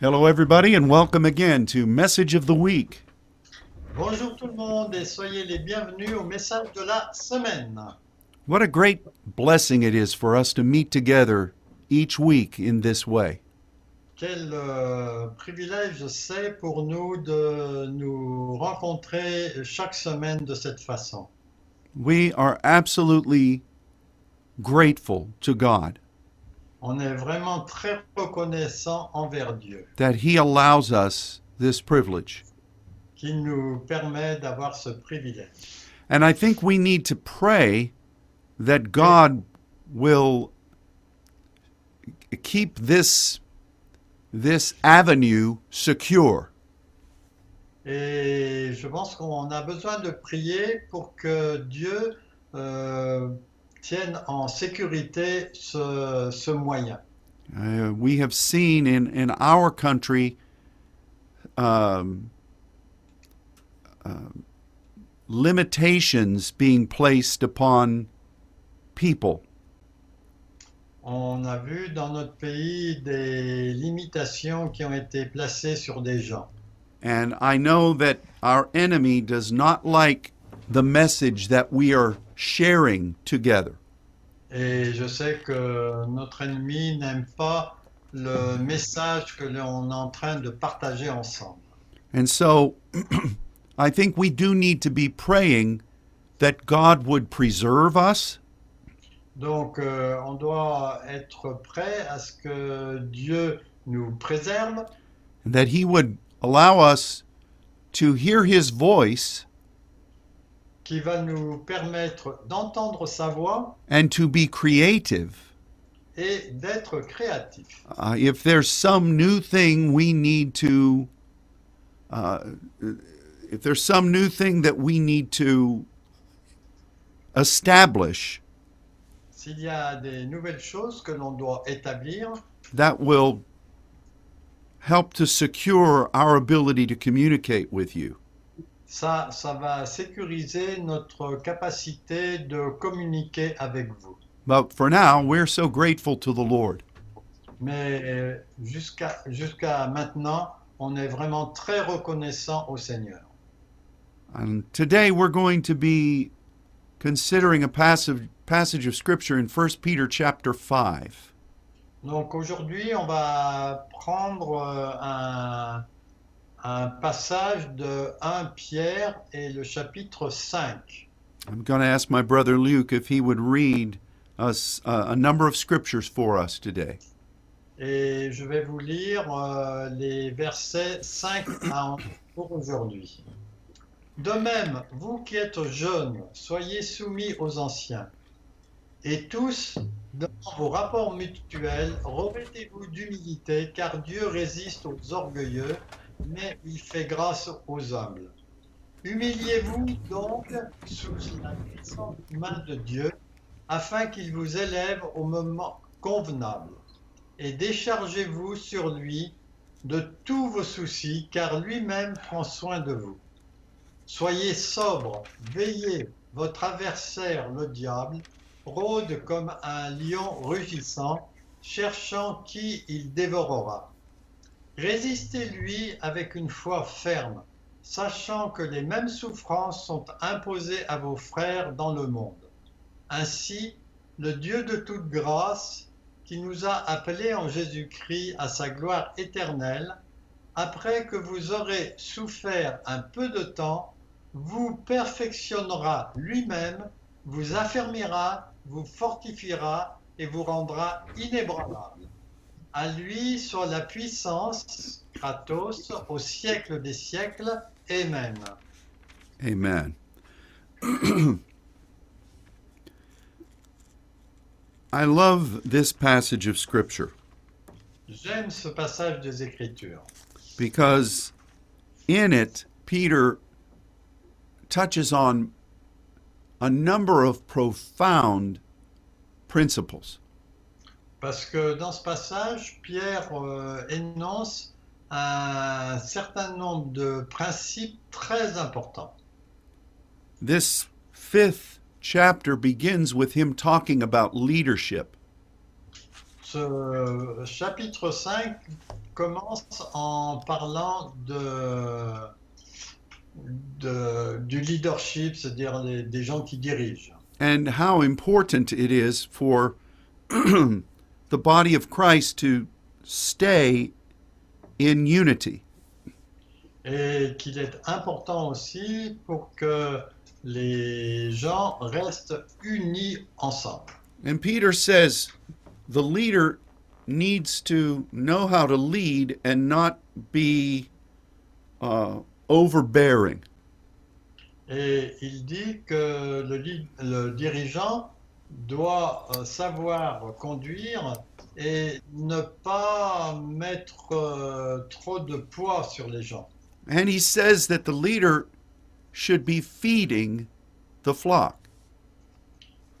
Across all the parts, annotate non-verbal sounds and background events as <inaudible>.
Hello, everybody, and welcome again to Message of the Week. Bonjour tout le monde et soyez les bienvenus au message de la semaine. What a great blessing it is for us to meet together each week in this way. Quel euh, privilège c'est pour nous de nous rencontrer chaque semaine de cette façon. We are absolutely grateful to God On est vraiment très reconnaissant envers Dieu that He allows us this privilege. qui nous permet d'avoir ce privilège. And I think we need to pray that God will keep this, this avenue secure. Et je pense qu'on a besoin de prier pour que Dieu euh, tienne en sécurité ce- ce moyen. Uh, we have seen in, in our country um, um, limitations being placed upon people. On a vu dans notre pays des limitations qui ont été placées sur des gens. And I know that our enemy does not like the message that we are sharing together. Et je sais que notre ennemi n'aime pas le message que l'on est en train de partager ensemble. And so <clears throat> I think we do need to be praying that God would preserve us, Donc euh, on doit être prêt à ce que Dieu nous préserve, and that He would allow us to hear His voice qui va nous permettre d'entendre sa voix and to be creative. et d'être créatif. Uh, if there's some new thing we need to, uh, if there's some new thing that we need to establish S'il y a des nouvelles choses que l'on doit établir, that will help to secure our ability to communicate with you. Ça, ça va sécuriser notre capacité de communiquer avec vous. But for now, we're so grateful to the Lord. Mais jusqu'à jusqu'à maintenant, on est vraiment très reconnaissant au Seigneur. And today we're going to be considering a passage, passage of scripture in 1 Peter chapter 5. Donc aujourd'hui, on va prendre euh, un, un passage de 1 Pierre et le chapitre 5. I'm going to ask my brother Luke if he would read us uh, a number of scriptures for us today. Et je vais vous lire euh, les versets 5 à 11 pour aujourd'hui. De même, vous qui êtes jeunes, soyez soumis aux anciens. Et tous, dans vos rapports mutuels, revêtez-vous d'humilité, car Dieu résiste aux orgueilleux, mais il fait grâce aux humbles. Humiliez-vous donc sous la puissante main de Dieu, afin qu'il vous élève au moment convenable et déchargez-vous sur lui de tous vos soucis, car lui-même prend soin de vous. Soyez sobre, veillez, votre adversaire, le diable, rôde comme un lion rugissant, cherchant qui il dévorera. Résistez-lui avec une foi ferme, sachant que les mêmes souffrances sont imposées à vos frères dans le monde. Ainsi, le Dieu de toute grâce, qui nous a appelés en Jésus-Christ à sa gloire éternelle, après que vous aurez souffert un peu de temps, vous perfectionnera lui-même, vous affermira, vous fortifiera et vous rendra inébranlable. À lui soit la puissance, Kratos, au siècle des siècles, Amen. Amen. <clears throat> I love this passage of scripture J'aime ce passage des Écritures, because in it, Peter touches on a number of profound principles. parce que dans ce passage, Pierre euh, énonce un certain nombre de principes très importants. This fifth chapter begins with him talking about leadership. Ce chapitre 5 commence en parlant de, de- du leadership, c'est-à-dire les- des gens qui dirigent. and how important it is for <clears throat> the body of Christ to stay in unity. Et qu'il est important aussi pour que les gens restent unis ensemble. And Peter says the leader needs to know how to lead and not be uh, overbearing. Et il dit que le, li- le dirigeant doit euh, savoir conduire et ne pas mettre euh, trop de poids sur les gens. And he says that the leader should be feeding the flock.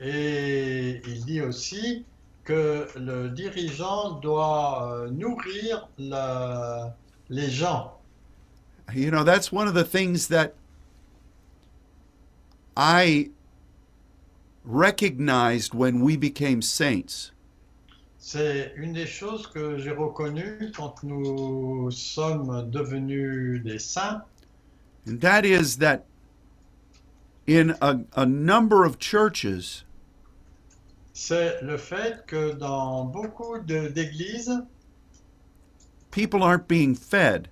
Et il dit aussi que le dirigeant doit euh, nourrir la- les gens. You know, that's one of the things that I recognized when we became saints. C'est une des choses que j'ai reconnues quand nous sommes devenus des saints. And that is that in a, a number of churches, C'est le fait que dans beaucoup de- d'églises, people aren't being fed.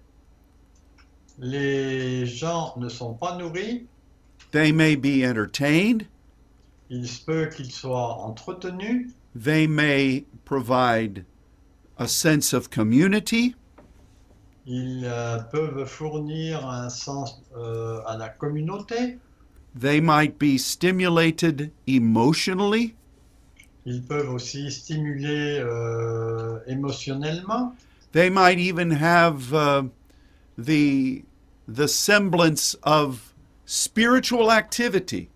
les gens ne sont pas nourris. They may be entertained, Il se peut qu'ils soient entretenus. they may provide a sense of community, Ils euh, peuvent fournir un sens euh, à la communauté. they might be stimulated emotionally, Ils peuvent aussi stimuler euh, émotionnellement. they might even have uh, the, the semblance of spiritual activity.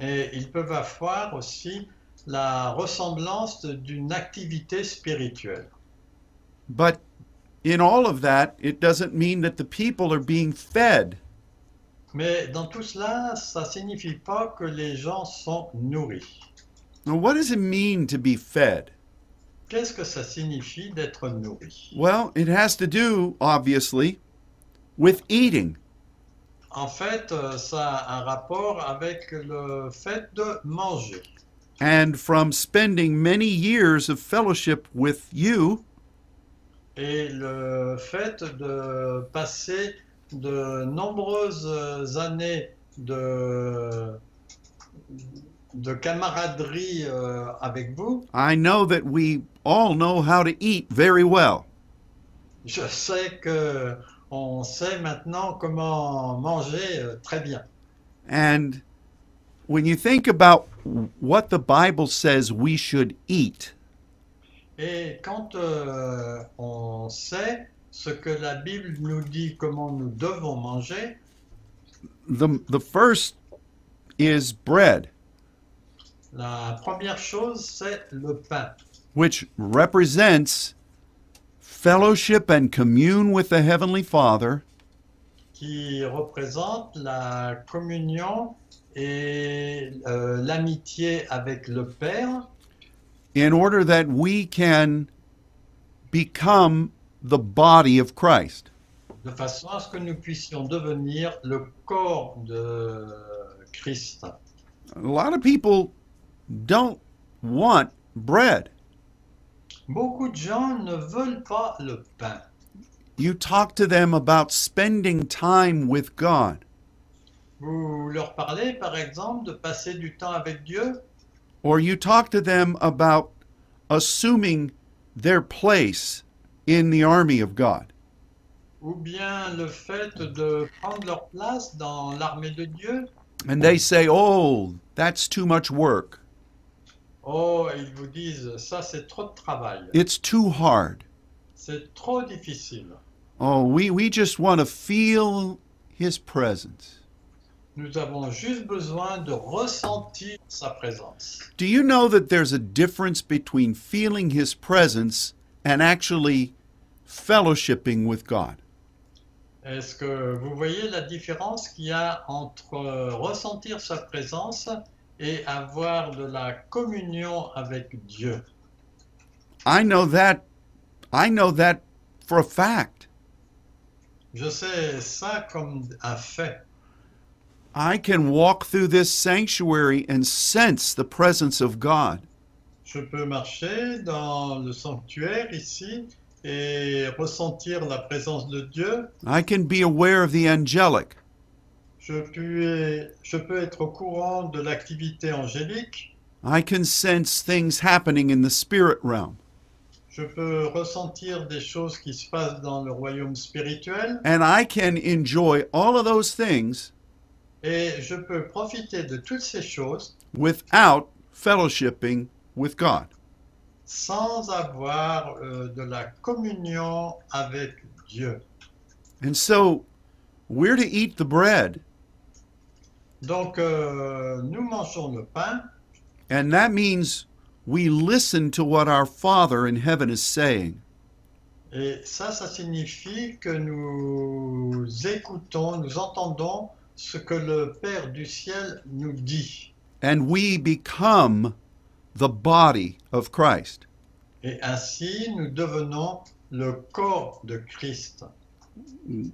Et ils peuvent avoir aussi la ressemblance d'une activité spirituelle. But in all of that, it doesn't mean that the people are being fed. Mais dans tout cela, ça signifie pas que les gens sont nourris. Now, what does it mean to be fed? Qu'est-ce que ça signifie d'être nourri Well, it has to do, obviously, with eating. En fait, euh, ça a un rapport avec le fait de manger. And from spending many years of fellowship with you, Et le fait de passer de nombreuses années de, de camaraderie euh, avec vous, I know that we all know how to eat very well. je sais que on sait maintenant comment manger euh, très bien. And when you think about what the Bible says we should eat, Et quand euh, on sait ce que la Bible nous dit comment nous devons manger, the, the first is bread, la première chose, c'est le pain. which represents fellowship and commune with the Heavenly Father. qui représente la communion et euh, l'amitié avec le Père in order that we can become the body of Christ. de façon à ce que nous puissions devenir le corps de Christ. A lot of people don't want bread. Beaucoup de gens ne veulent pas le pain. You talk to them about spending time with God Vous leur parlez par exemple de passer du temps avec Dieu or you talk to them about assuming their place in the army of God. ou bien le fait de prendre leur place dans l'armée de Dieu. And they say, "Oh, that's too much work. Oh, ils vous disent ça c'est trop de travail, It's too hard." c'est trop difficile. Oh, we we just want to feel his presence. Nous avons juste besoin de ressentir sa présence. Do you know that there's a difference between feeling his presence and actually fellowshipping with God? Est-ce que vous voyez la différence qu'il y a entre euh, ressentir sa présence et avoir de la communion avec Dieu I know that I know that for a fact. Je sais ça comme un fait. I can walk through this sanctuary and sense the presence of God. Je peux marcher dans le sanctuaire ici et ressentir la présence de Dieu. I can be aware of the angelic. Je, puis- je peux être au courant de l'activité angélique. I can sense things happening in the spirit realm. Je peux ressentir des choses qui se passent dans le royaume spirituel. And I can enjoy all of those things Et je peux profiter de toutes ces choses without fellowshipping with God. sans avoir euh, de la communion avec Dieu. And so we're to eat the bread, Donc, euh, nous mangeons le pain and that means we listen to what our Father in heaven is saying. Et ça, ça signifie que nous écoutons, nous entendons ce que le Père du ciel nous dit. And we become the body of Christ. Et ainsi, nous devenons le corps de Christ.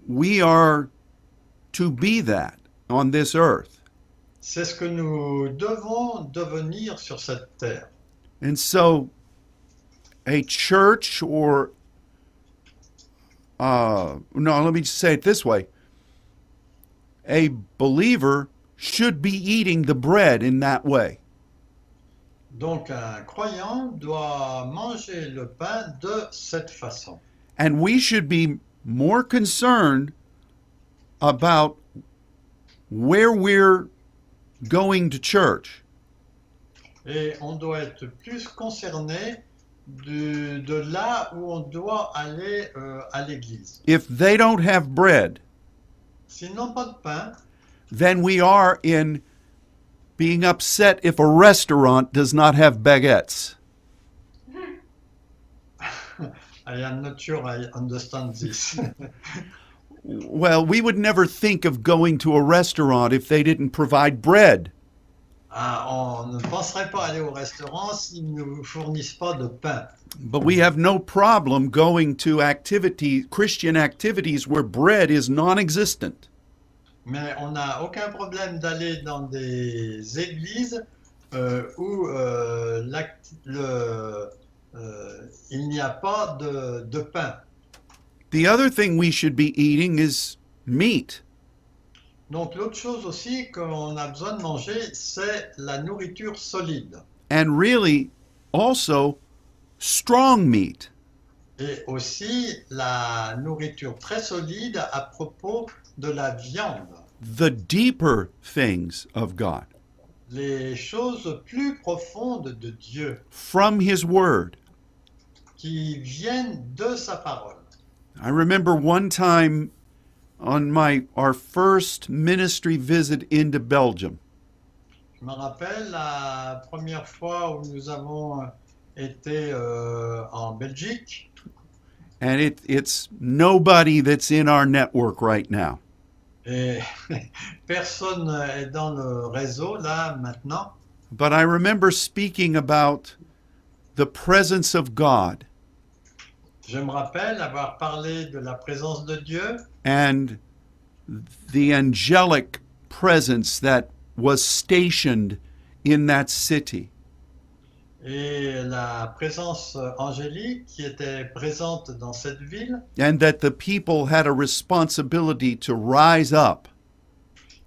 We are to be that on this earth. C'est ce que nous devons devenir sur cette terre. And so a church or uh no, let me just say it this way. A believer should be eating the bread in that way. Donc, un croyant doit manger le pain de cette façon. And we should be more concerned about where we're going to church Et on doit être plus concerné du- de là où on doit aller euh, à l'église. if they don't have bread S'ils n'ont pas de pain, than we are in being upset if a restaurant does not have baguettes. I am not sure I understand this. <laughs> Well, we would never think of going to a restaurant if they didn't provide bread. Ah, on ne penserait pas aller au restaurant s'ils ne vous fournissent pas de pain. But we have no problem going to activity, Christian activities where bread is non-existent. Mais on n'a aucun problème d'aller dans des églises euh, où euh, l'acti- le- euh, il n'y a pas de, de pain. The other thing we should be eating is meat. Donc l'autre chose aussi qu'on a besoin de manger, c'est la nourriture solide. And really, also, strong meat. Et aussi la nourriture très solide à propos de la viande. The deeper things of God les choses plus profondes de Dieu from His Word. qui viennent de sa parole. I remember one time on my our first ministry visit into Belgium. Je me rappelle la première fois où nous avons été euh, en Belgique and it it's nobody that's in our network right now. et <laughs> personne est dans le réseau là maintenant. But I remember speaking about the presence of God Je me rappelle avoir parlé de la présence de Dieu and the angelic presence that was stationed in that city. et la présence angélique qui était présente dans cette ville And that the people had a responsibility to rise up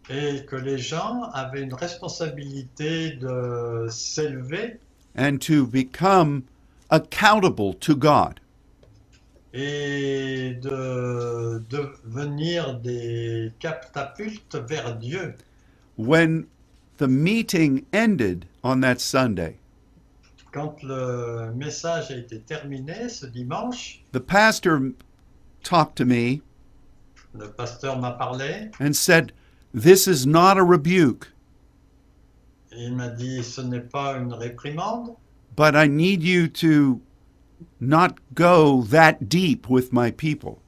et que les gens avaient une responsabilité de s'élever and to become accountable to God. et de devenir des captapultes vers Dieu. When the meeting ended on that Sunday, Quand le message a été terminé ce dimanche, the pastor talked to me le pasteur m'a parlé, and said, This is not a rebuke, et il m'a dit ce n'est pas une réprimande, <laughs> but I need you to not go that deep with my people.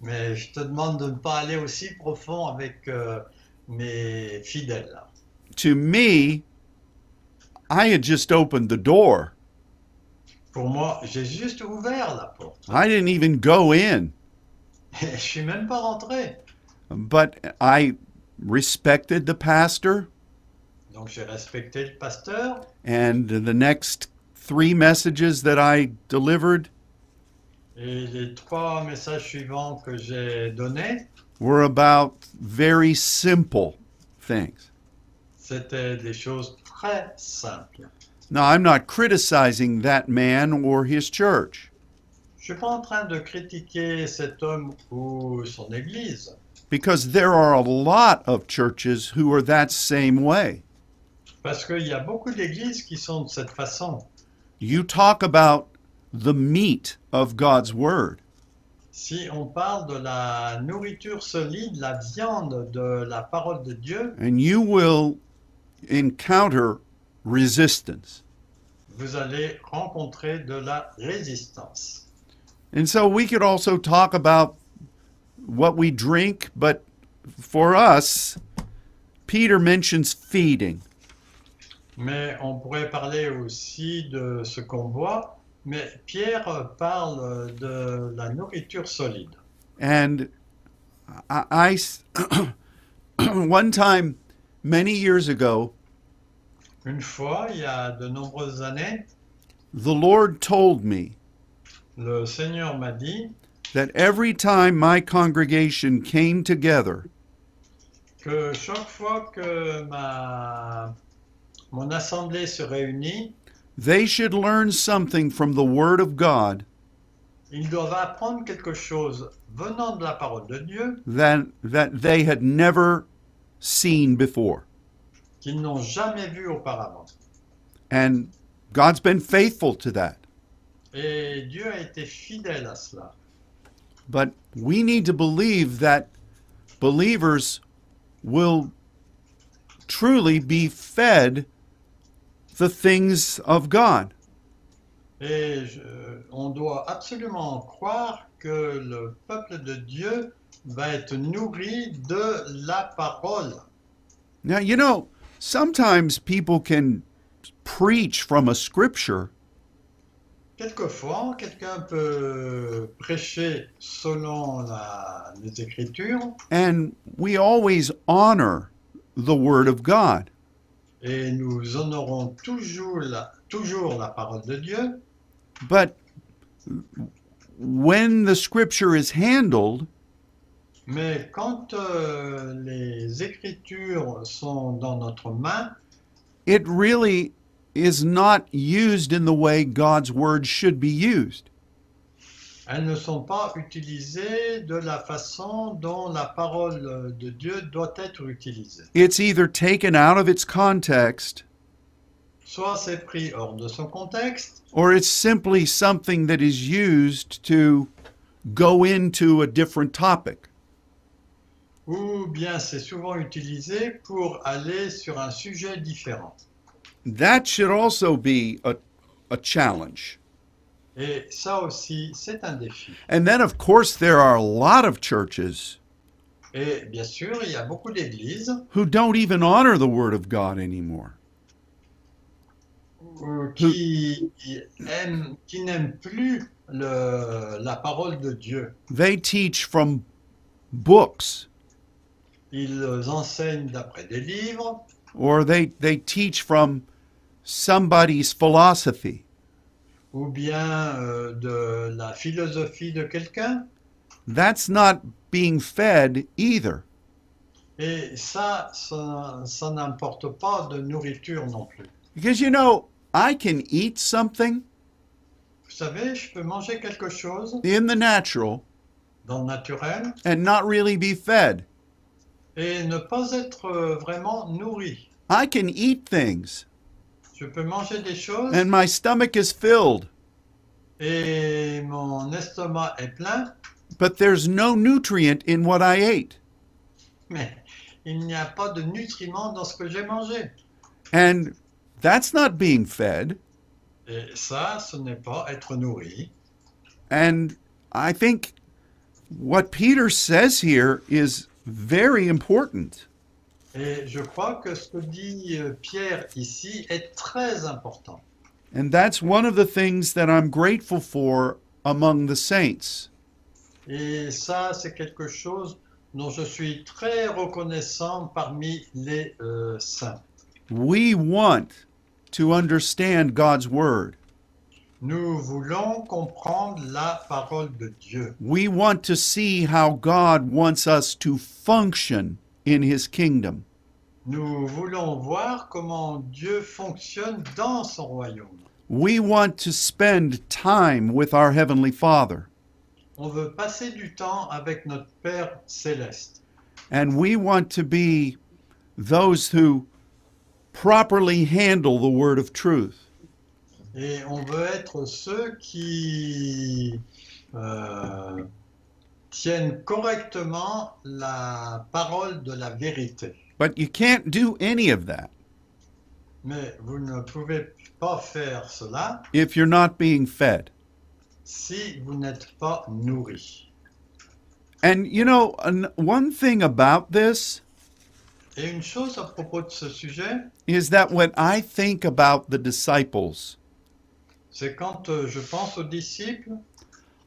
mais je te demande de ne pas aller aussi profond avec euh, mes fidèles. To me, I had just opened the door Pour moi, j'ai juste ouvert la porte. <laughs> I didn't even go in, Je suis même pas rentré. but I respected the pastor. Donc j'ai respecté le pasteur. And the next three messages that I delivered Et les trois messages suivants que j'ai donnés, were about very simple things. c'était des choses très simples. Now, I'm not criticizing that man or his church. Je suis pas en train de critiquer cet homme ou son église, Because there are a lot of churches who are that same way. parce qu'il y a beaucoup d'églises qui sont de cette façon. You talk about the meat of God's Word, Si on parle de la nourriture solide, la viande de la parole de Dieu, and you will encounter resistance. vous allez rencontrer de la résistance. And so we could also talk about what we drink, but for us, Peter mentions feeding. Mais on pourrait parler aussi de ce qu'on boit, mais Pierre parle de la nourriture solide. And I, I s- <clears throat> one time, many years ago, Une fois, il y a de nombreuses années, the Lord told me le Seigneur m'a dit that every time my congregation came together, que chaque fois que ma, mon assemblée se réunit, they should learn something from the Word of God ils doivent apprendre quelque chose venant de la parole de Dieu that, that they had never seen before. qu'ils n'ont jamais vu auparavant. And God's been faithful to that. Et Dieu a été fidèle à cela. But we need to believe that believers will truly be fed the things of God. Et je- on doit absolument croire que le peuple de Dieu va être nourri de la parole. Now, you know, sometimes people can preach from a scripture Quelquefois, quelqu'un peut prêcher selon la- les Écritures and we always honor the Word of God. et nous honorons toujours la, toujours la parole de Dieu, But when the scripture is handled, mais quand euh, les Écritures sont dans notre main, it really is not used in the way God's Word should be used. elles ne sont pas utilisées de la façon dont la parole de Dieu doit être utilisée. it's either taken out of its context Soit c'est pris hors de son contexte, or it's simply something that is used to go into a different topic. ou bien c'est souvent utilisé pour aller sur un sujet différent. That should also be a, a challenge. Et ça aussi, c'est un défi. And then, of course, there are a lot of churches Et bien sûr, il y a beaucoup d'églises who don't even honor the Word of God anymore. euh, qui, qui aiment- qui n'aiment plus le- la parole de Dieu. They teach from books Ils enseignent d'après des livres, or they, they teach from somebody's philosophy. ou bien euh, de la philosophie de quelqu'un. That's not being fed either. Et ça, ça, ça n'importe pas de nourriture non plus. Because you know, I can eat something Vous savez, je peux manger quelque chose in the natural dans le naturel and not really be fed. et ne pas être euh, vraiment nourri. I can eat things Je peux manger des choses and my stomach is filled, et mon estomac est plein, but there's no nutrient in what I ate. mais il n'y a pas de nutriments dans ce que j'ai mangé. And that's not being fed. Et ça, ce n'est pas être nourri. And I think what Peter says here is very important. Et je crois que ce que dit euh, Pierre ici est très important. And that's one of the things that I'm grateful for among the saints. Et ça, c'est quelque chose dont je suis très reconnaissant parmi les euh, saints. We want to understand God's word. Nous voulons comprendre la parole de Dieu. We want to see how God wants us to function in his kingdom. Nous voulons voir comment Dieu fonctionne dans son royaume. We want to spend time with our heavenly Father. On veut passer du temps avec notre Père céleste. And we want to be those who properly handle the word of truth. Et on veut être ceux qui euh, tiennent correctement la parole de la vérité. But you can't do any of that Mais vous ne pouvez pas faire cela if you're not being fed. si vous n'êtes pas nourri. And you know, an, one thing about this Et une chose à propos de ce sujet, is that when I think about the disciples, c'est quand euh, je pense aux disciples,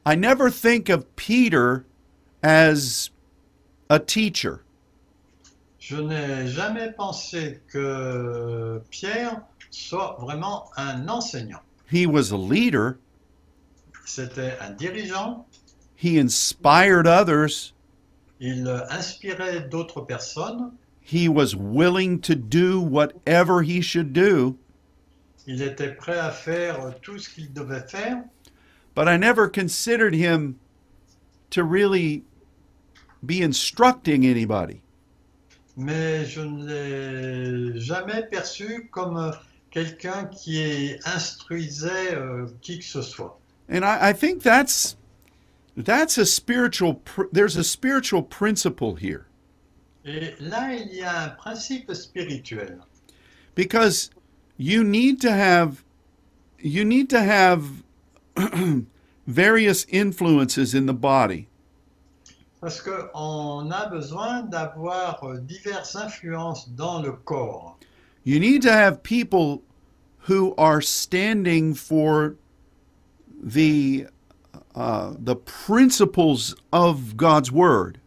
I never think of Peter as a teacher. je n'ai jamais pensé que Pierre soit vraiment un enseignant. He was a leader, C'était un dirigeant, he inspired others, il euh, inspirait d'autres personnes, he was willing to do whatever he should do, il était prêt à faire euh, tout ce qu'il devait faire, but I never considered him to really be instructing anybody. mais je ne l'ai jamais perçu comme euh, quelqu'un qui instruisait euh, qui que ce soit. And I, I think that's that's a spiritual pr- there's a spiritual principle here Et là, il y a un principe spirituel. because you need to have you need to have <clears throat> various influences in the body Parce qu'on a besoin d'avoir euh, diverses influences dans le corps. you need to have people who are standing for the uh, the principles of God's word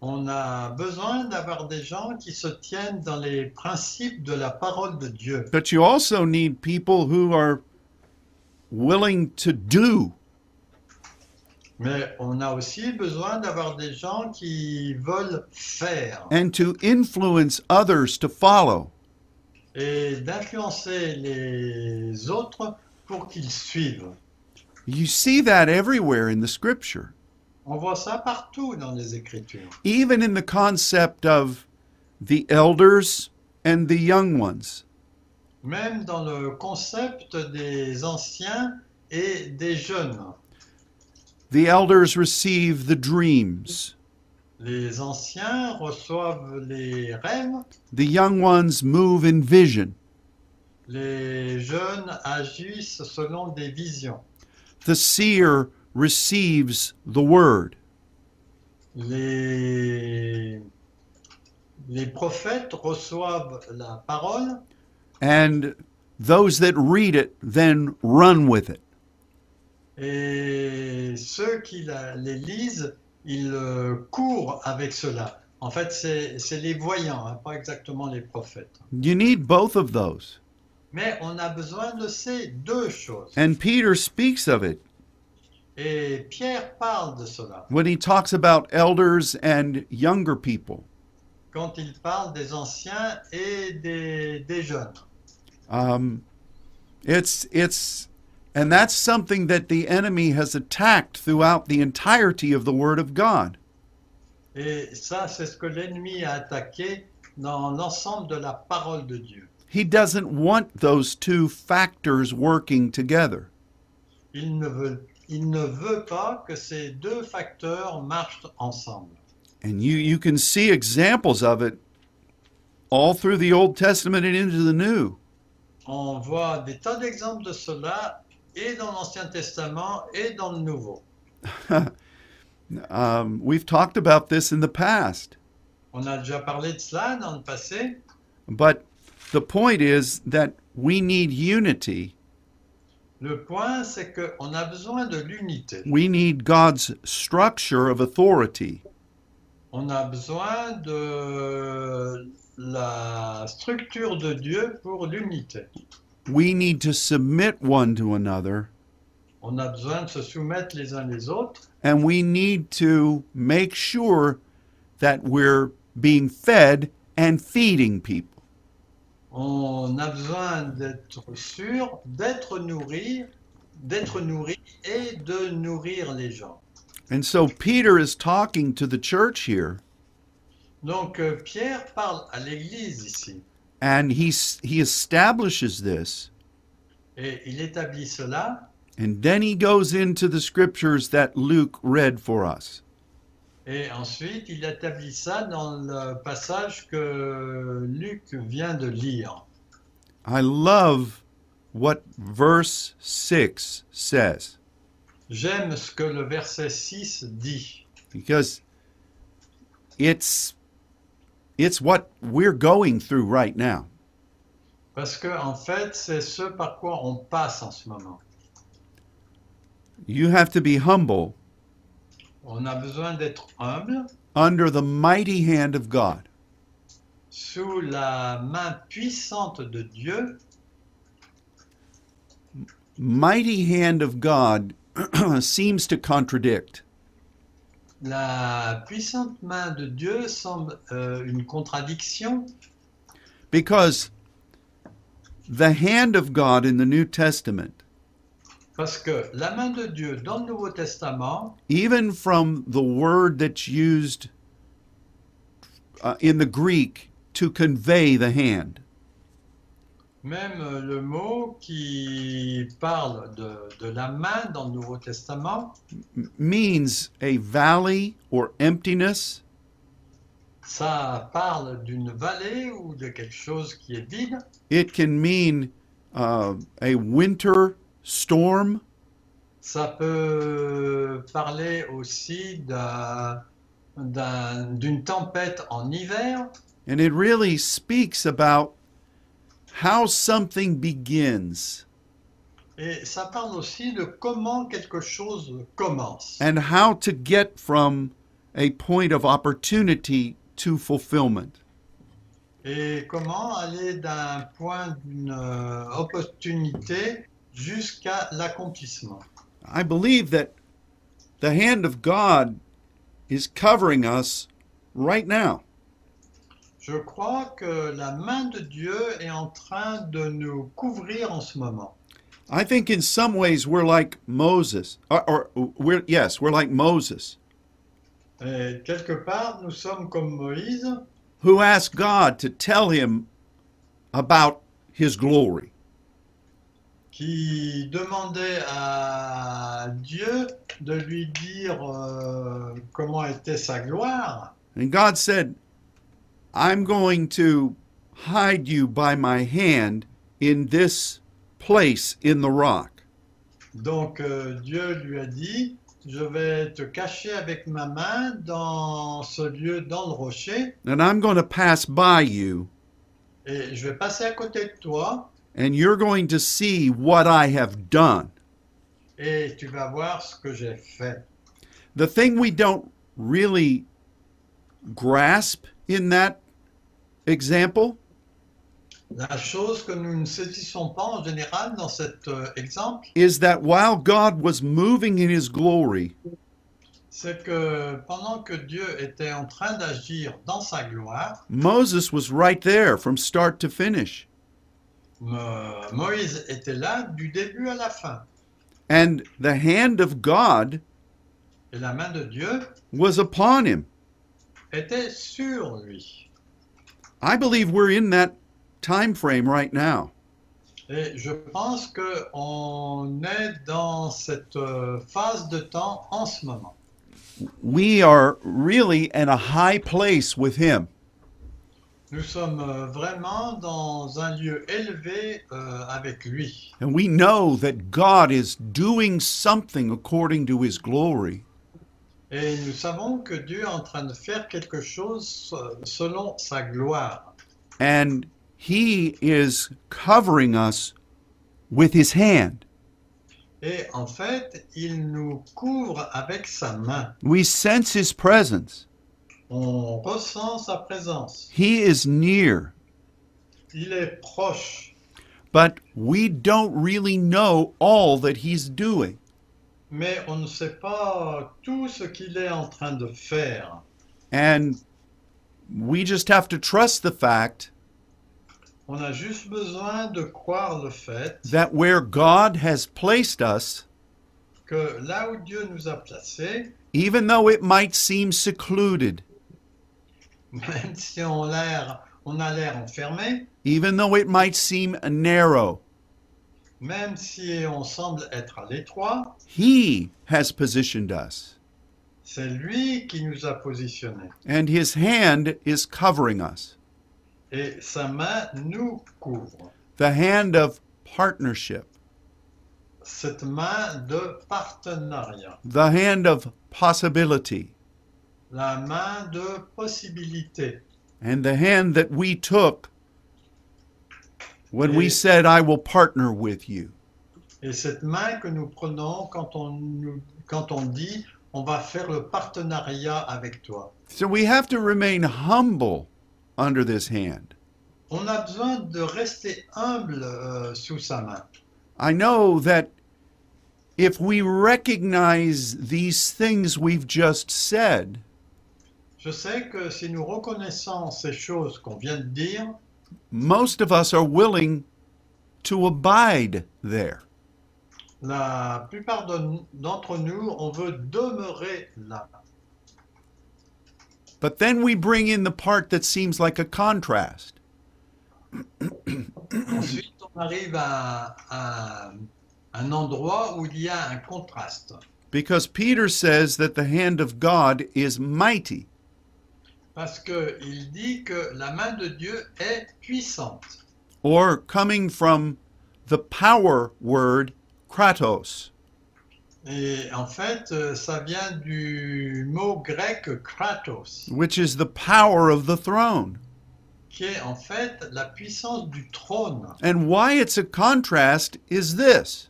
On a besoin d'avoir des gens qui se tiennent dans les principes de la parole de Dieu. but you also need people who are willing to do Mais on a aussi besoin d'avoir des gens qui veulent faire and to influence others to follow. et d'influencer les autres pour qu'ils suivent. You see that everywhere in the scripture, On voit ça partout dans les Écritures. even in the concept of the elders and the young ones. Même dans le concept des anciens et des jeunes. The elders receive the dreams, Les anciens reçoivent les rêves, the young ones move in vision. les jeunes agissent selon des visions, The seer receives the word. les, les prophètes reçoivent la parole And those that read it then run with it. et ceux qui la- les lisent, ils euh, courent avec cela. En fait, c'est c'est les voyants, hein, pas exactement les prophètes. You need both of those. Mais on a besoin de ces deux choses. And Peter speaks of it Et Pierre parle de cela when he talks about elders and younger people. quand il parle des anciens et des- des jeunes. Um, it's it's and that's something that the enemy has attacked throughout the entirety of the Word of God. Et ça, c'est ce que l'ennemi a attaqué dans l'ensemble de la parole de Dieu. He doesn't want those two factors working together. Il ne veut, il ne veut pas que ces deux facteurs marchent ensemble. And you you can see examples of it all through the Old Testament and into the New. On voit des tas d'exemples de cela et dans l'Ancien Testament et dans le Nouveau. Um, we've talked about this in the past, On a déjà parlé de cela dans le passé, but the point is that we need unity Le point, c'est qu'on a besoin de l'unité. We need God's structure of authority. On a besoin de la structure de Dieu pour l'unité. We need to submit one to another, On a besoin de se soumettre les uns les autres and we need to make sure that we're being fed and feeding people. On a besoin d'être sûr, d'être nourri, d'être nourri et de nourrir les gens. And so Peter is talking to the church here, Donc euh, Pierre parle à l'Église ici and he, s- he establishes this, et il établit cela and then he goes into the scriptures that Luke read for us. et ensuite il établit ça dans le passage que Luc vient de lire. I love what verse 6 says J'aime ce que le verset 6 dit because it's it's what we're going through right now. parce que en fait c'est ce par quoi on passe en ce moment. You have to be humble On a besoin d'être humble under the mighty hand of God. sous la main puissante de Dieu Mighty hand of God <clears throat> seems to contradict. La puissante main de Dieu semble euh, une contradiction Because the hand of God in the New Testament, parce que la main de Dieu dans le Nouveau Testament, even from the word that's used uh, in the Greek to convey the hand, même euh, le mot qui parle de, de la main dans le Nouveau Testament, m- means a valley or emptiness, ça parle d'une vallée ou de quelque chose qui est vide, it can mean uh, a winter storm. ça peut parler aussi d'un- d'un- d'une tempête en hiver. And it really speaks about how something begins Et ça parle aussi de comment quelque chose commence. and how to get from a point of opportunity to fulfillment. Et comment aller d'un point d'une euh, opportunité jusqu'à l'accomplissement. I believe that the hand of God is covering us right now. Je crois que la main de Dieu est en train de nous couvrir en ce moment. I think in some ways we're like Moses, or, or we're, yes, we're like Moses, Et quelque part, nous sommes comme Moïse who asked God to tell him about his glory. qui demandait à Dieu de lui dire euh, comment était sa gloire. And God said, I'm going to hide you by my hand in this place in the rock. Donc euh, Dieu lui a dit, je vais te cacher avec ma main dans ce lieu, dans le rocher. And I'm going to pass by you, Et je vais passer à côté de toi and you're going to see what I have done. et tu vas voir ce que j'ai fait. The thing we don't really grasp in that example La chose que nous ne saisissons pas en général dans cet euh, exemple, is that while God was moving in his glory, c'est que pendant que Dieu était en train d'agir dans sa gloire, Moses was right there from start to finish. Mo- Moïse était là du début à la fin. And the hand of God Et la main de Dieu was upon him. était sur lui. I believe we're in that time frame right now. Et je pense que on est dans cette euh, phase de temps en ce moment. We are really in a high place with him. Nous sommes euh, vraiment dans un lieu élevé euh, avec lui. And we know that God is doing something according to his glory. Et nous savons que Dieu est en train de faire quelque chose euh, selon sa gloire. And he is covering us with his hand. Et en fait, il nous couvre avec sa main. We sense his presence. On ressent sa présence. He is near, Il est proche, but we don't really know all that he's doing. mais on ne sait pas tout ce qu'il est en train de faire. And we just have to trust the fact On a juste besoin de croire le fait that where God has placed us, que là où Dieu nous a placés, <laughs> even though it might seem secluded, même si on, l'air- on a l'air enfermé, even though it might seem narrow, même si on semble être à l'étroit, he has positioned us, c'est lui qui nous a positionnés. and his hand is covering us Et sa main nous couvre. the hand of partnership, Cette main de partenariat, the hand of possibility, la main de possibilité. and the hand that we took when we Yeah. said, I will partner with you. Et cette main que nous prenons quand on, nous- quand on dit on va faire le partenariat avec toi. So we have to remain humble under this hand. On a besoin de rester humble euh, sous sa main. I know that if we recognize these things we've just said, Je sais que si nous reconnaissons ces choses qu'on vient de dire, most of us are willing to abide there. la plupart de- d'entre nous, on veut demeurer là. But then we bring in the part that seems like a contrast. Ensuite, on arrive à, à un endroit où il y a un contraste. Because Peter says that the hand of God is mighty. Parce qu'il dit que la main de Dieu est puissante. or coming from the power word kratos. Et en fait, euh, ça vient du mot grec kratos, Which is the power of the throne. qui est en fait la puissance du trône. And why it's a contrast is this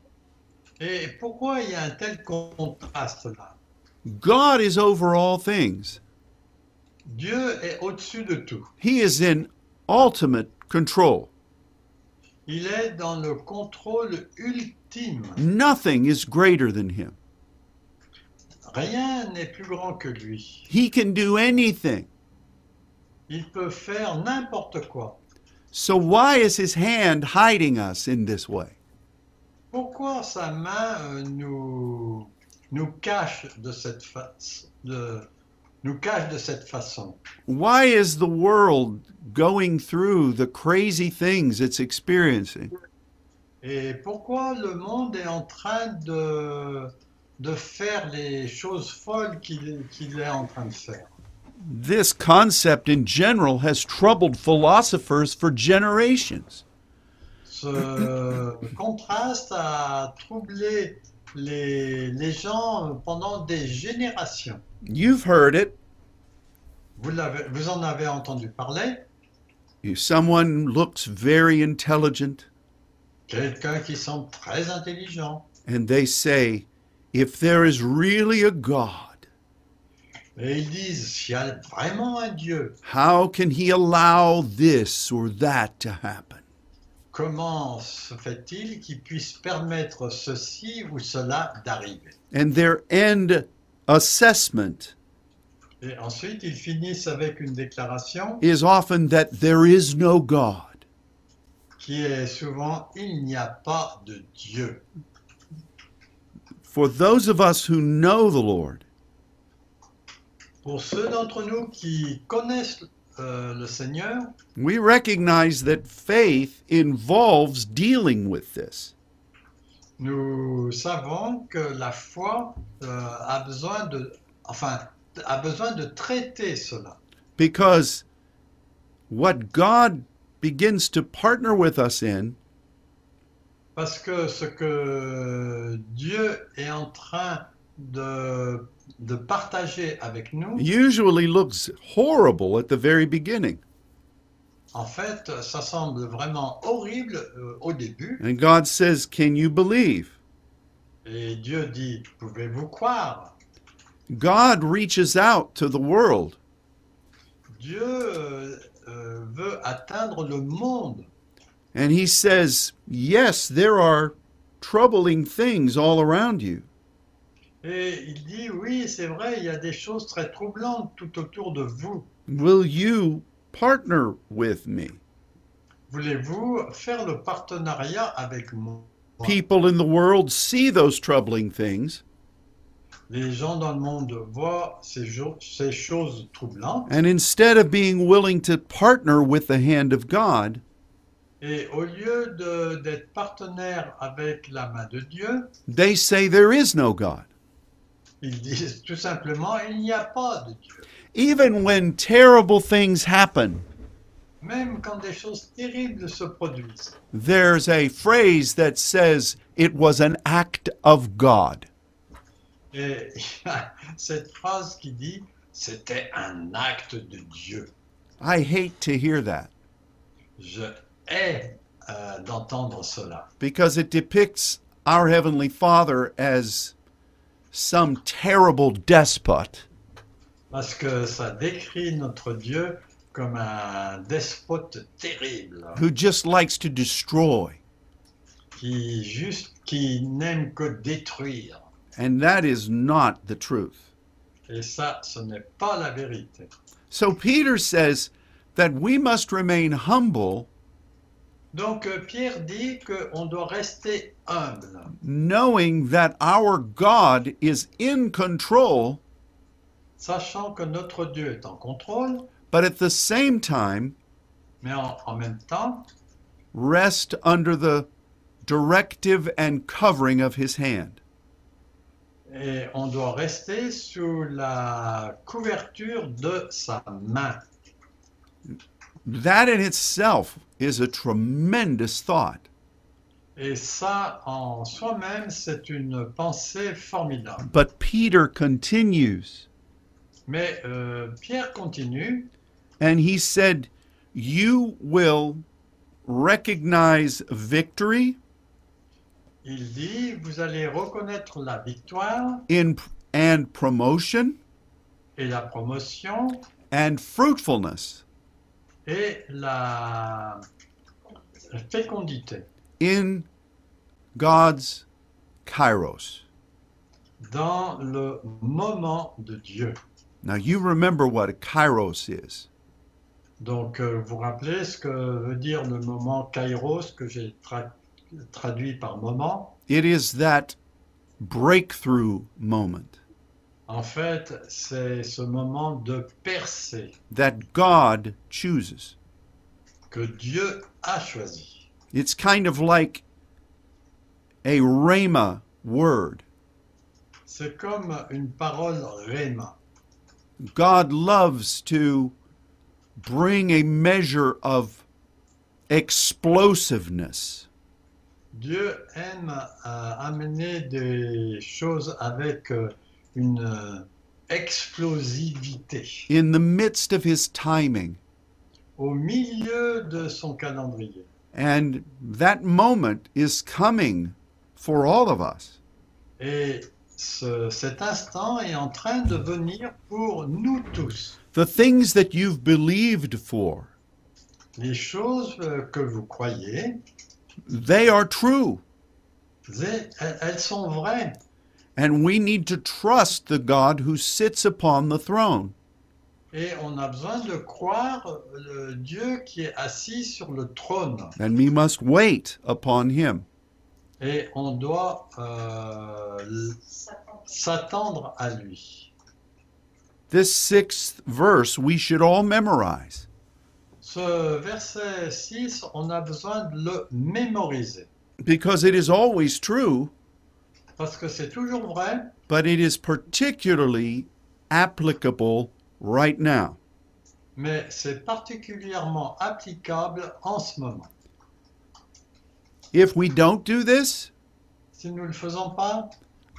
Et pourquoi il y a un tel contraste là God is over all things, Dieu est au-dessus de tout. He is in ultimate control. Il est dans le contrôle ultime. Nothing is greater than Him. Rien n'est plus grand que lui. He can do anything. Il peut faire n'importe quoi. So, why is His hand hiding us in this way? Pourquoi sa main euh, nous, nous cache de cette fa- de- nous cache de cette façon Why is the world going through the crazy things it's experiencing? Et pourquoi le monde est en train de, de faire les choses folles qu'il qu'il est en train de faire This concept in general has troubled philosophers for generations. Ce contraste a troublé les, les gens pendant des générations. You've heard it. Vous, l'avez- vous en avez entendu parler If someone looks very intelligent Quelqu'un qui semble très intelligent. and they say, if there is really a God, Et ils disent, s'il y a vraiment un Dieu, how can he allow this or that to happen? comment se fait-il qu'il puisse permettre ceci ou cela d'arriver And their end assessment Et ensuite, ils finissent avec une déclaration is often that there is no God. qui est souvent Il n'y a pas de Dieu. For those of us who know the Lord, Pour ceux d'entre nous qui connaissent euh, le Seigneur, we recognize that faith involves dealing with this. nous savons que la foi euh, a besoin de, enfin, a besoin de traiter cela. Because what God begins to partner with us in Parce que ce que Dieu est en train de, de partager avec nous, usually looks horrible at the very beginning. en fait, ça semble vraiment horrible euh, au début. And God says, Can you believe? Et Dieu dit, pouvez-vous croire God reaches out to the world. Dieu euh, euh, veut atteindre le monde. And he says, Yes, there are troubling things all around you, Et il dit, oui, c'est vrai, il y a des choses très troublantes tout autour de vous. Will you partner with me? Voulez-vous faire le partenariat avec moi People in the world see those troubling things Les gens dans le monde voient ces, jo- ces choses troublantes And instead of being willing to partner with the hand of God, et au lieu de- d'être partenaire avec la main de Dieu, they say there is no God. ils disent tout simplement il n'y a pas de Dieu. Even when terrible things happen, Même quand des choses terribles se produisent, there's a phrase that says it was an act of God. et il y a cette phrase qui dit c'était un acte de Dieu. I hate to hear that Je hais euh, d'entendre cela because it depicts our Heavenly Father as some terrible despot parce que ça décrit notre Dieu comme un despote terrible. who just likes to destroy. qui juste qui n'aime que détruire. And that is not the truth. Et ça, ce n'est pas la vérité. So Peter says that we must remain humble, Donc euh, Pierre dit qu'on doit rester humble, knowing that our God is in control, sachant que notre Dieu est en contrôle, but at the same time, mais en, en même temps, rest under the directive and covering of his hand. et on doit rester sous la couverture de sa main. That in itself is a tremendous thought. Et ça, en soi-même, c'est une pensée formidable. But Peter continues, Mais euh, Pierre continue, and he said, You will recognize victory il dit, vous allez reconnaître la victoire in, and promotion et la promotion and fruitfulness. et la fécondité in God's kairos. dans le moment de Dieu. Now you remember what a kairos is. Donc, euh, vous vous rappelez ce que veut dire le moment kairos que j'ai tra- traduit par moment. It is that breakthrough moment En fait, c'est ce moment de percée that God chooses. que Dieu a choisi. It's kind of like a rhema word. C'est comme une parole réma. God loves to bring a measure of explosiveness Dieu aime euh, amener des choses avec euh, une euh, explosivité. in the midst of his timing. au milieu de son calendrier. And that moment is coming for all of us. Et ce- cet instant est en train de venir pour nous tous. The things that you've believed for, Les choses euh, que vous croyez, they are true. c'est- elles elles sont vraies. And we need to trust the God who sits upon the throne. Et on a besoin de croire le Dieu qui est assis sur le trône. And we must wait upon him. Et on doit euh, l- s'attendre à lui. This sixth verse we should all memorize. Ce verset 6, on a besoin de le mémoriser. Because it is always true, Parce que c'est toujours vrai, but it is particularly applicable right now. mais c'est particulièrement applicable en ce moment. If we don't do this, Si nous ne le faisons pas,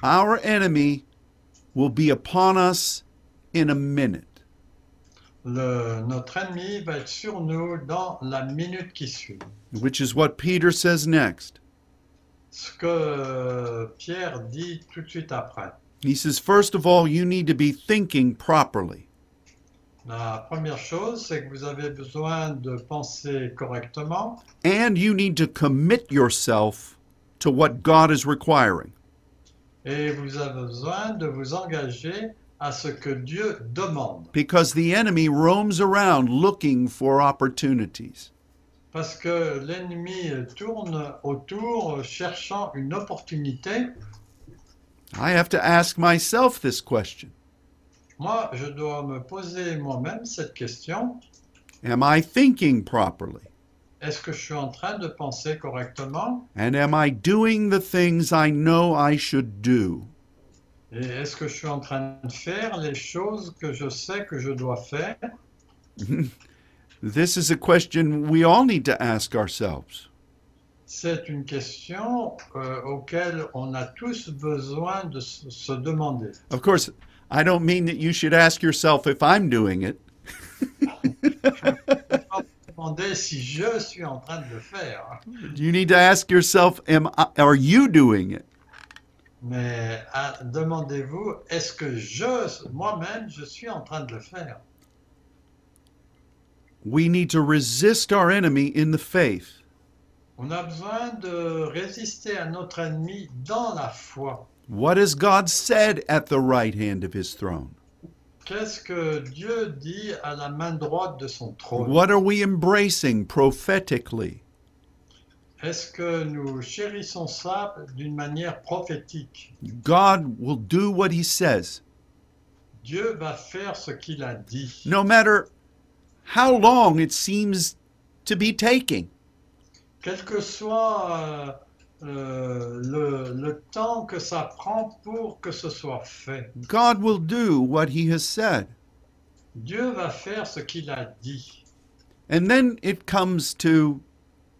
our enemy will be upon us in a minute. le- notre ennemi va être sur nous dans la minute qui suit. Which is what Peter says next. ce que Pierre dit tout de suite après. He says, first of all, you need to be thinking properly. La première chose, c'est que vous avez besoin de penser correctement and you need to commit yourself to what God is requiring. et vous avez besoin de vous engager à ce que Dieu demande. Because the enemy roams around looking for opportunities. Parce que l'ennemi tourne autour euh, cherchant une opportunité. I have to ask myself this question Moi, je dois me poser moi-même cette question. Am I thinking properly? Est-ce que je suis en train de penser correctement And am I doing the things I know I should do? Et est-ce que je suis en train de faire les choses que je sais que je dois faire This is a question we all need to ask ourselves. C'est une question euh, auquel on a tous besoin de se se demander. Of course, I don't mean that you should ask yourself if I'm doing it. Demander si je suis en train de le faire, You need to ask yourself, am I, are you doing it? mais ah, demandez-vous est-ce que je, moi-même, je suis en train de le faire We need to resist our enemy in the faith. On a besoin de résister à notre ennemi dans la foi. What has God said at the right hand of his throne? Qu'est-ce que Dieu dit à la main droite de son trône What are we embracing prophetically? Est-ce que nous chérissons ça d'une manière prophétique God will do what he says, Dieu va faire ce qu'il a dit. no matter how long it seems to be taking. Quel que soit euh, euh, le, le temps que ça prend pour que ce soit fait, God will do what he has said. Dieu va faire ce qu'il a dit. And then it comes to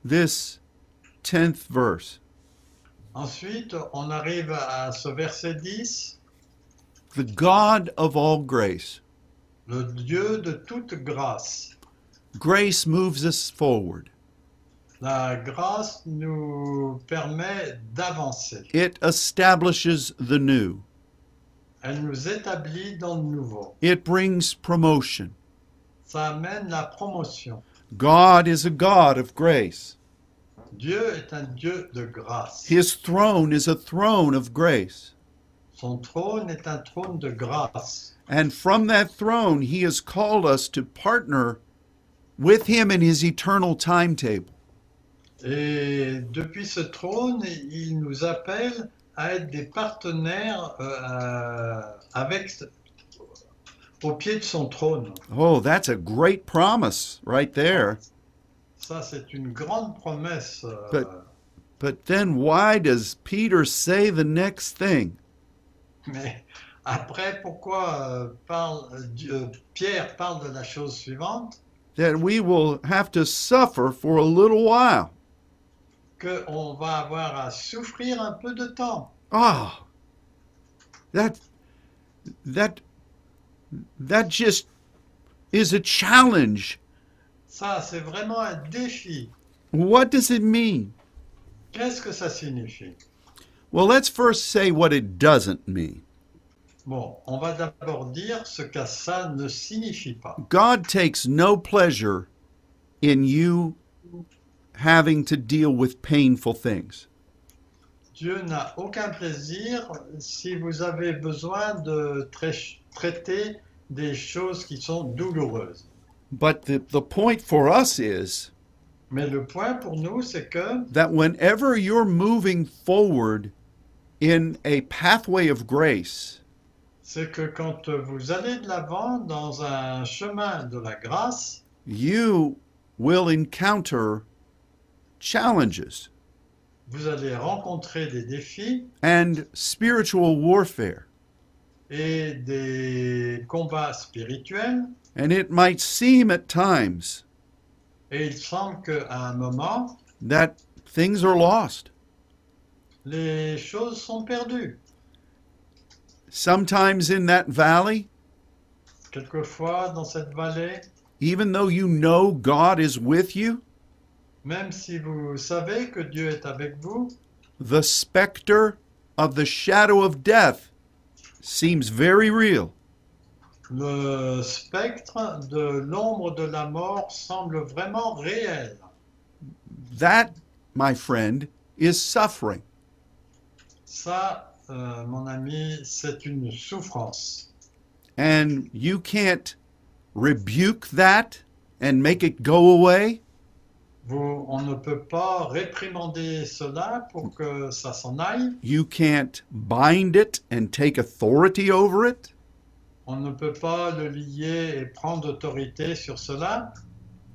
this 10th verse. Ensuite, on arrive à ce verset 10, The God of all grace. le Dieu de toute grâce. Grace moves us forward. La grâce nous permet d'avancer. It establishes the new. Elle nous établit dans le nouveau. It brings promotion. Ça amène la promotion. God is a God of grace. Dieu est un Dieu de grâce. His throne is a throne of grace. Son trône est un trône de grâce. And from that throne, He has called us to partner with Him in His eternal timetable. Et depuis ce trône, il nous appelle à être des partenaires euh, avec au pied de son trône. Oh, that's a great promise right there. Ça, c'est une grande promesse. euh, But- But then why does Peter say the next thing? mais après, pourquoi euh, parle, euh, Dieu- Pierre parle de la chose suivante That we will have to suffer for a little while. qu'on va avoir à souffrir un peu de temps. Ah, that, that, that just is a challenge. Ça, c'est vraiment un défi. What does it mean? Qu'est-ce que ça signifie Well, let's first say what it doesn't mean. Bon, on va d'abord dire ce que ça ne signifie pas. God takes no pleasure in you having to deal with painful things. Dieu n'a aucun plaisir si vous avez besoin de trai- traiter des choses qui sont douloureuses. But the, the point for us is Mais le point pour nous, c'est que that whenever you're moving forward in a pathway of grace, c'est que quand vous allez de l'avant dans un chemin de la grâce, you will encounter challenges vous allez rencontrer des défis and spiritual warfare. et des combats spirituels. And it might seem at times Et il semble qu'à un moment, that things are lost. les choses sont perdues. Sometimes in that valley, Quelquefois, dans cette vallée, even though you know God is with you, même si vous savez que Dieu est avec vous, the specter of the shadow of death seems very real. Le spectre de l'ombre de la mort semble vraiment réel. That, my friend, is suffering. Ça, euh, mon ami, c'est une souffrance. And you can't rebuke that and make it go away. Vous- on ne peut pas réprimander cela pour que ça s'en aille. You can't bind it and take authority over it. On ne peut pas le lier et prendre autorité sur cela.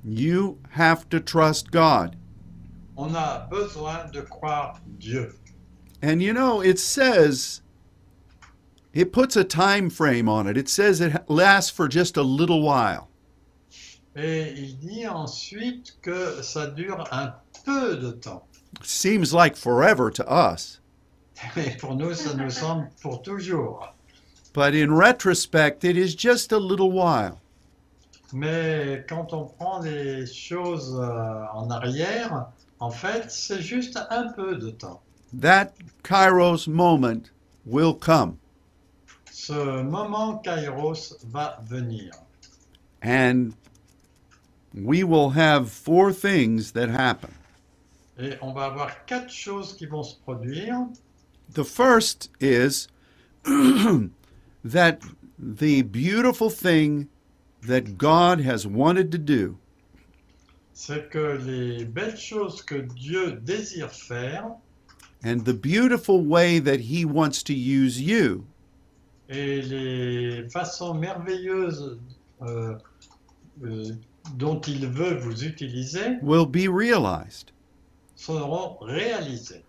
You have to trust God. On a besoin de croire Dieu. And you know, it says it puts a time frame on it. It says it lasts for just a little while. Et il dit ensuite que ça dure un peu de temps. <laughs> Seems like forever to us, Et pour nous, ça nous semble pour toujours. but in retrospect it is just a little while. Mais quand on prend les choses euh, en arrière, en fait, c'est juste un peu de temps. That kairos moment will come. Ce moment Kairos va venir. And we will have four things that happen. Et on va avoir quatre choses qui vont se produire. The first is <clears throat> that the beautiful thing that God has wanted to do C'est que les belles choses que Dieu désire faire and the beautiful way that He wants to use you et les façons merveilleuses euh, euh, dont il veut vous utiliser will be realized. seront réalisées.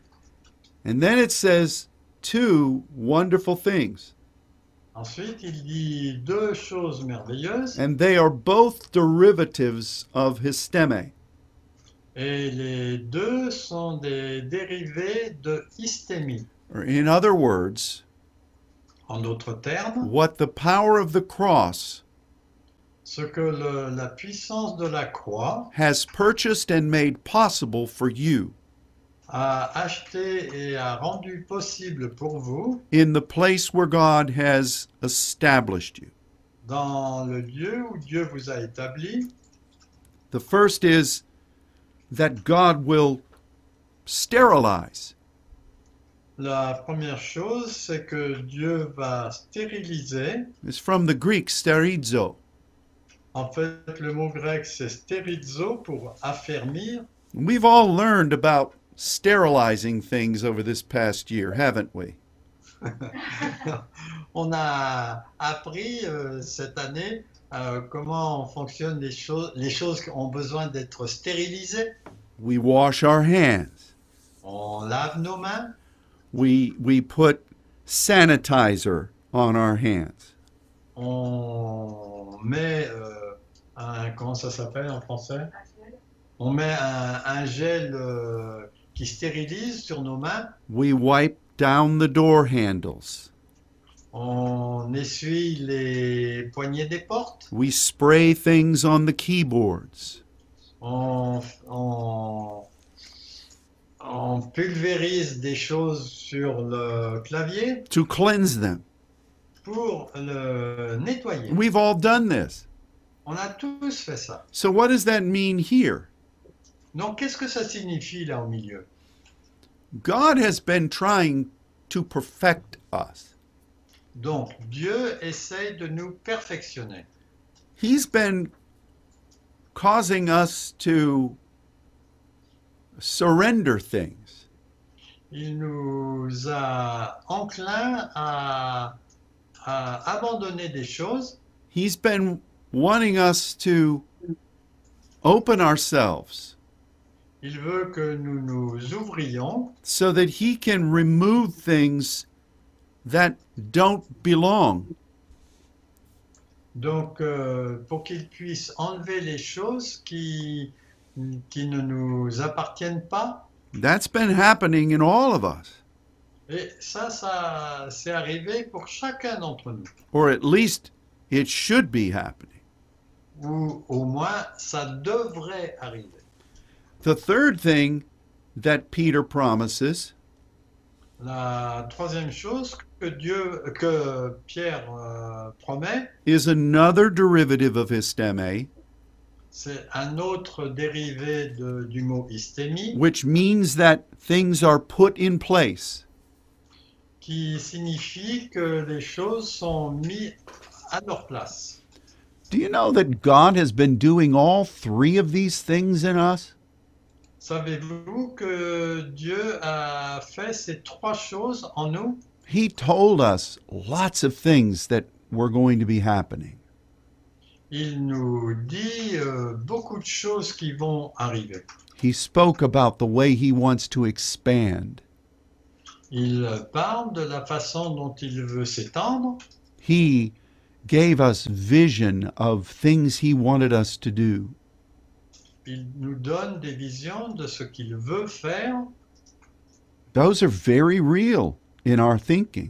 And then it says two wonderful things, Ensuite, il dit deux choses merveilleuses and they are both derivatives of histeme. et les deux sont des dérivés de hystémie. Or, in other words, En d'autres termes, what the power of the cross ce que le- la puissance de la croix has purchased and made possible for you a acheté et a rendu possible pour vous in the place where God has established you. dans le lieu où Dieu vous a établi. The first is that God will sterilize. La première chose, c'est que Dieu va stériliser. It's from the Greek sterizo, En fait, le mot grec, c'est stérizo pour affermir. We've all learned about sterilizing things over this past year, haven't we? On a appris euh, cette année euh, comment fonctionnent les choses, les choses qui ont besoin d'être stérilisées. We wash our hands. On lave nos mains, We we put sanitizer on our hands. on met euh, un, comment ça s'appelle en français? On met un, un gel euh, qui stérilise sur nos mains. We wipe down the door handles. On essuie les poignées des portes. We spray things on the keyboards. On, on- on pulvérise des choses sur le clavier to cleanse them. pour le nettoyer. We've all done this. On a tous fait ça. So, what does that mean here? Donc, qu'est-ce que ça signifie là au milieu God has been trying to perfect us, Donc, Dieu essaye de nous perfectionner. He's been causing us to surrender things. Il nous a enclin à- à abandonner des choses He's been wanting us to open ourselves Il veut que nous nous ouvrions so that He can remove things that don't belong donc euh, pour qu'il puisse enlever les choses qui, qui ne nous appartiennent pas. That's been happening in all of us, Et ça, ça c'est arrivé pour chacun d'entre nous. or at least it should be happening. Ou au moins, ça devrait arriver. The third thing that Peter promises La troisième chose que Dieu, que Pierre euh, promet, is another derivative of histeme, c'est un autre dérivé de- du mot hystémie which means that things are put in place. qui signifie que les choses sont mises à leur place. Do you know that God has been doing all three of these things in us? Savez-vous que Dieu a fait ces trois choses en nous He told us lots of things that were going to be happening. Il nous dit euh, beaucoup de choses qui vont arriver. He spoke about the way He wants to expand. Il parle de la façon dont il veut s'étendre. He gave us vision of things He wanted us to do. Il nous donne des visions de ce qu'il veut faire. Those are very real in our thinking.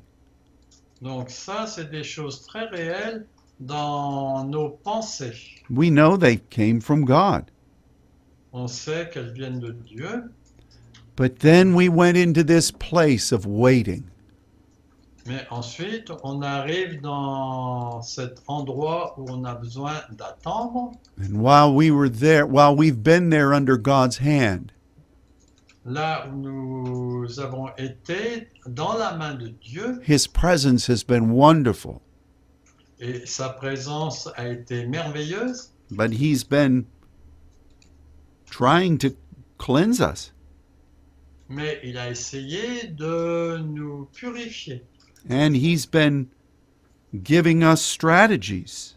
Donc ça, c'est des choses très réelles dans nos pensées. We know they came from God. On sait qu'elles viennent de Dieu, But then we went into this place of waiting. mais ensuite, on arrive dans cet endroit où on a besoin d'attendre. And while we were there, while we've been there under God's hand, Là où nous avons été dans la main de Dieu His presence has been wonderful, et sa présence a été merveilleuse, but He's been trying to cleanse us. mais il a essayé de nous purifier And He's been giving us strategies,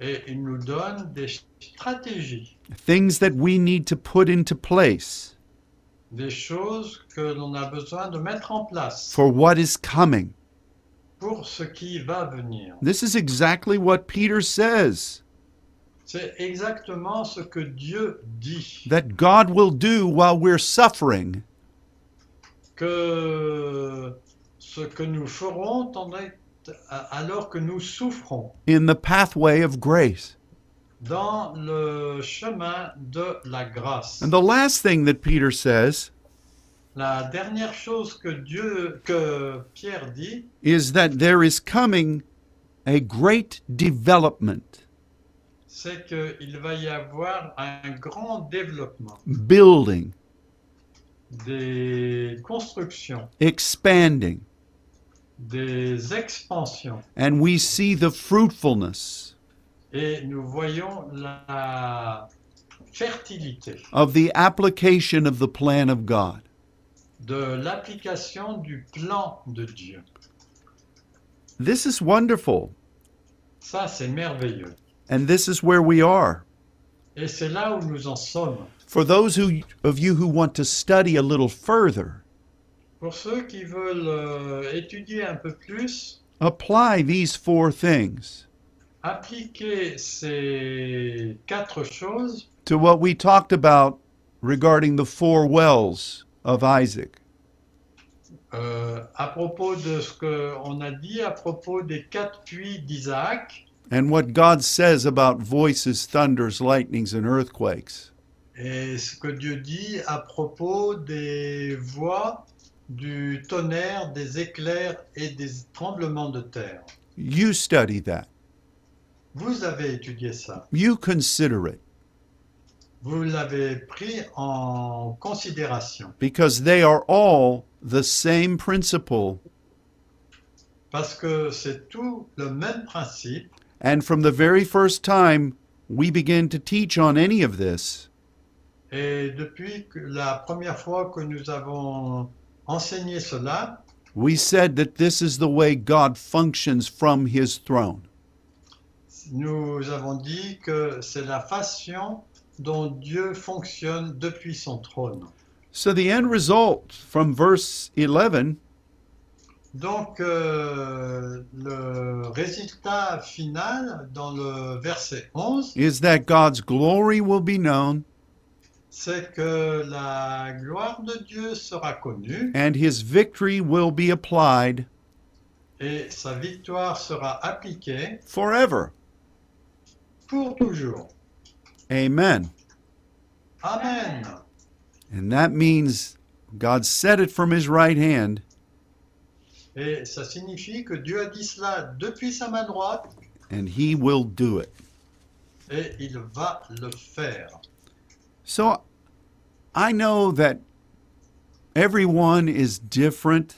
et il nous donne des stratégies, things that we need to put into place des choses que l'on a besoin de mettre en place for what is coming. pour ce qui va venir. This is exactly what Peter says C'est exactement ce que Dieu dit that God will do while we're suffering. que ce que nous ferons tandis- alors que nous souffrons. in the pathway of grace. dans le chemin de la grâce. And the last thing that Peter says La dernière chose que Dieu, que Pierre dit, is that there is coming a great development, c'est qu'il va y avoir un grand développement building, des constructions, expanding, des expansions, and we see the fruitfulness et nous voyons la fertilité of the application of the plan of God. de l'application du plan de Dieu. This is wonderful, Ça, c'est merveilleux. and this is where we are. Et c'est là où nous en sommes. For those who, of you who want to study a little further, Pour ceux qui veulent euh, étudier un peu plus, apply these four things appliquer ces quatre choses to what we talked about regarding the four wells of Isaac. euh, à propos de ce qu'on a dit à propos des quatre puits d'Isaac and what God says about voices, thunders, lightnings, and earthquakes. et ce que Dieu dit à propos des voix du tonnerre, des éclairs et des tremblements de terre. You study that. Vous avez étudié ça. You consider it Vous l'avez pris en considération because they are all the same principle. parce que c'est tout le même principe. And from the very first time we begin to teach on any of this, Et depuis que- la première fois que nous avons enseigné cela, we said that this is the way God functions from his throne. nous avons dit que c'est la façon dont Dieu fonctionne depuis son trône. So the end result from verse 11 Donc euh, le résultat final dans le verset 11, is that God's glory will be known c'est que la gloire de Dieu sera connue and his victory will be applied et sa victoire sera appliquée forever. pour toujours. Amen. Amen. And that means God said it from his right hand Et ça signifie que Dieu a dit cela depuis sa main droite and he will do it. et il va le faire. So I know that everyone is different,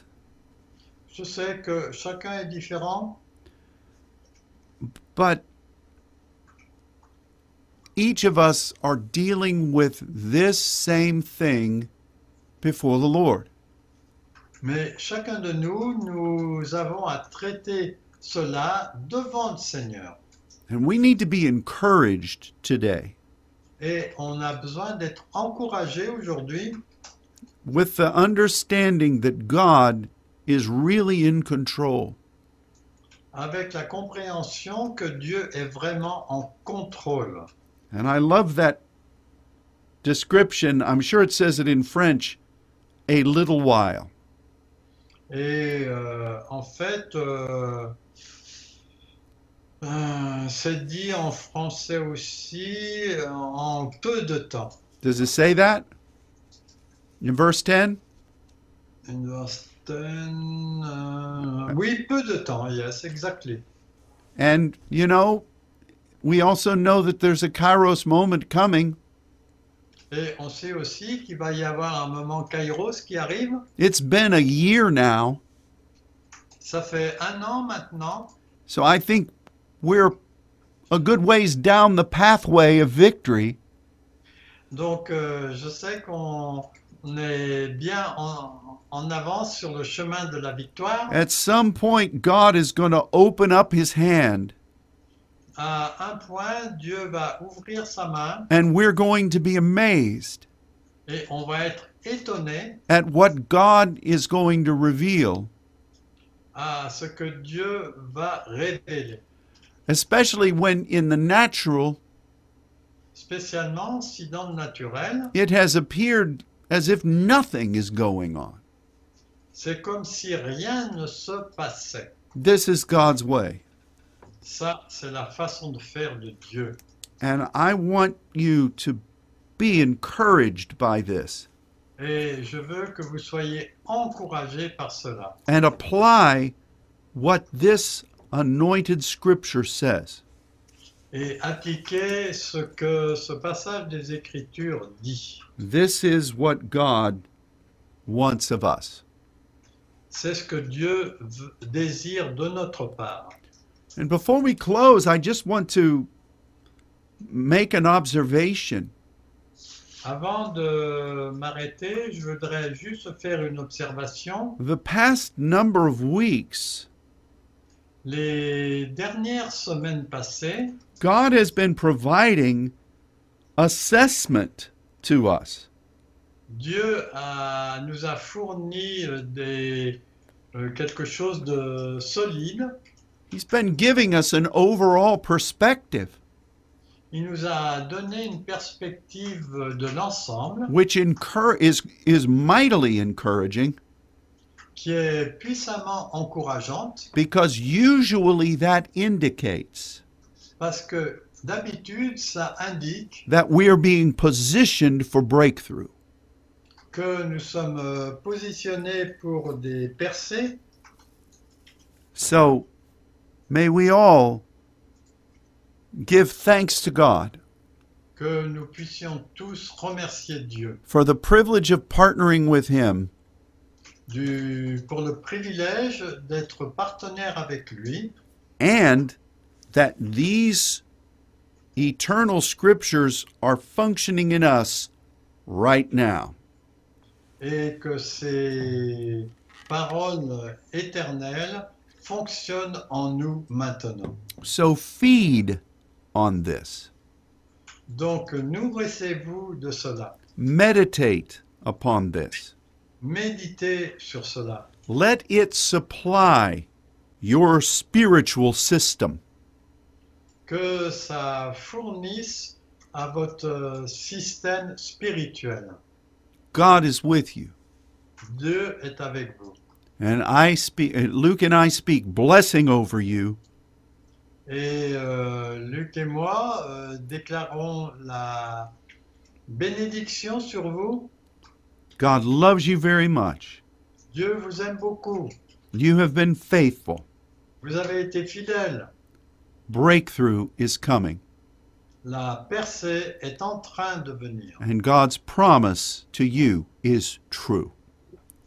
Je sais que chacun est différent, but each of us are dealing with this same thing before the Lord. mais chacun de nous, nous avons à traiter cela devant le Seigneur. And we need to be encouraged today Et on a besoin d'être encouragé aujourd'hui with the understanding that God is really in control. avec la compréhension que Dieu est vraiment en contrôle. And I love that description. I'm sure it says it in French a little while. Et euh, en fait, euh, euh, c'est dit en français aussi euh, en peu de temps. Does it say that? In verse 10? Une vingtaine, euh, oui, peu de temps, yes, exactly. And, you know, we also know that there's a kairos moment coming. Et on sait aussi qu'il va y avoir un moment Kairos qui arrive. It's been a year now. Ça fait un an maintenant, So I think we're a good ways down the pathway of victory. donc euh, je sais qu'on on est bien en, en avance sur le chemin de la victoire. At some point, God is going to open up his hand À un point, Dieu va ouvrir sa main and we're going to be amazed et on va être étonné at what God is going to reveal, à ce que Dieu va révéler. especially when in the natural Spécialement si dans le naturel, it has appeared as if nothing is going on. c'est comme si rien ne se passait. This is God's way. Ça, c'est la façon de faire de Dieu. And I want you to be encouraged by this Et je veux que vous soyez encouragés par cela and apply what this anointed scripture says. et appliquez ce que ce passage des Écritures dit. This is what God wants of us. C'est ce que Dieu v- désire de notre part. And before we close, I just want to make an observation. Avant de m'arrêter, je voudrais juste faire une observation. The past number of weeks, Les dernières semaines passées, God has been providing assessment to us. Dieu a- nous a fourni euh, des, euh, quelque chose de solide. He's been giving us an overall perspective, Il nous a donné une perspective de l'ensemble which incur- is, is mightily encouraging qui est puissamment encourageante because usually that indicates parce que d'habitude, ça indique that we are being positioned for breakthrough. que nous sommes euh, positionnés pour des percées So may we all give thanks to God que nous puissions tous remercier Dieu for the privilege of partnering with Him du- pour le privilège d'être partenaire avec lui and that these eternal scriptures are functioning in us right now. et que ces paroles éternelles fonctionnent en nous maintenant. So feed on this, Donc nourrissez-vous de cela, meditate upon this, méditez sur cela let it supply your spiritual system. que ça fournisse à votre euh, système spirituel. God is with you. Dieu est avec vous. And I speak, uh, Luke and I speak blessing over you Et euh, Luc et moi euh, déclarons la bénédiction sur vous. God loves you very much. Dieu vous aime beaucoup. You have been faithful. Vous avez été fidèles. Breakthrough is coming, La percée est en train de venir. and God's promise to you is true.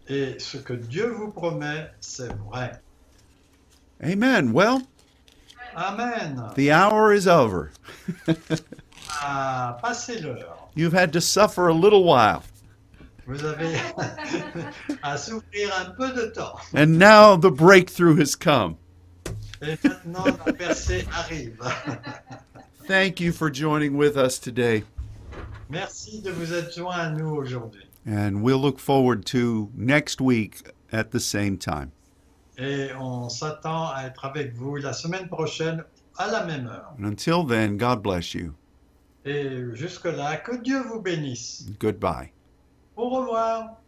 Et ce que Dieu vous promet, c'est vrai. Amen. Well, Amen. the hour is over. Ah, passez l'heure. You've had to suffer a little while, Vous avez <laughs> à souffrir un peu de temps. and now the breakthrough has come. Et maintenant, la percée arrive. <laughs> Thank you for joining with us today, Merci de vous être joints à nous aujourd'hui. and we'll look forward to next week at the same time. Et on s'attend à être avec vous la semaine prochaine à la même heure. And until then, God bless you. Et jusque-là, que Dieu vous bénisse. Goodbye. Au revoir.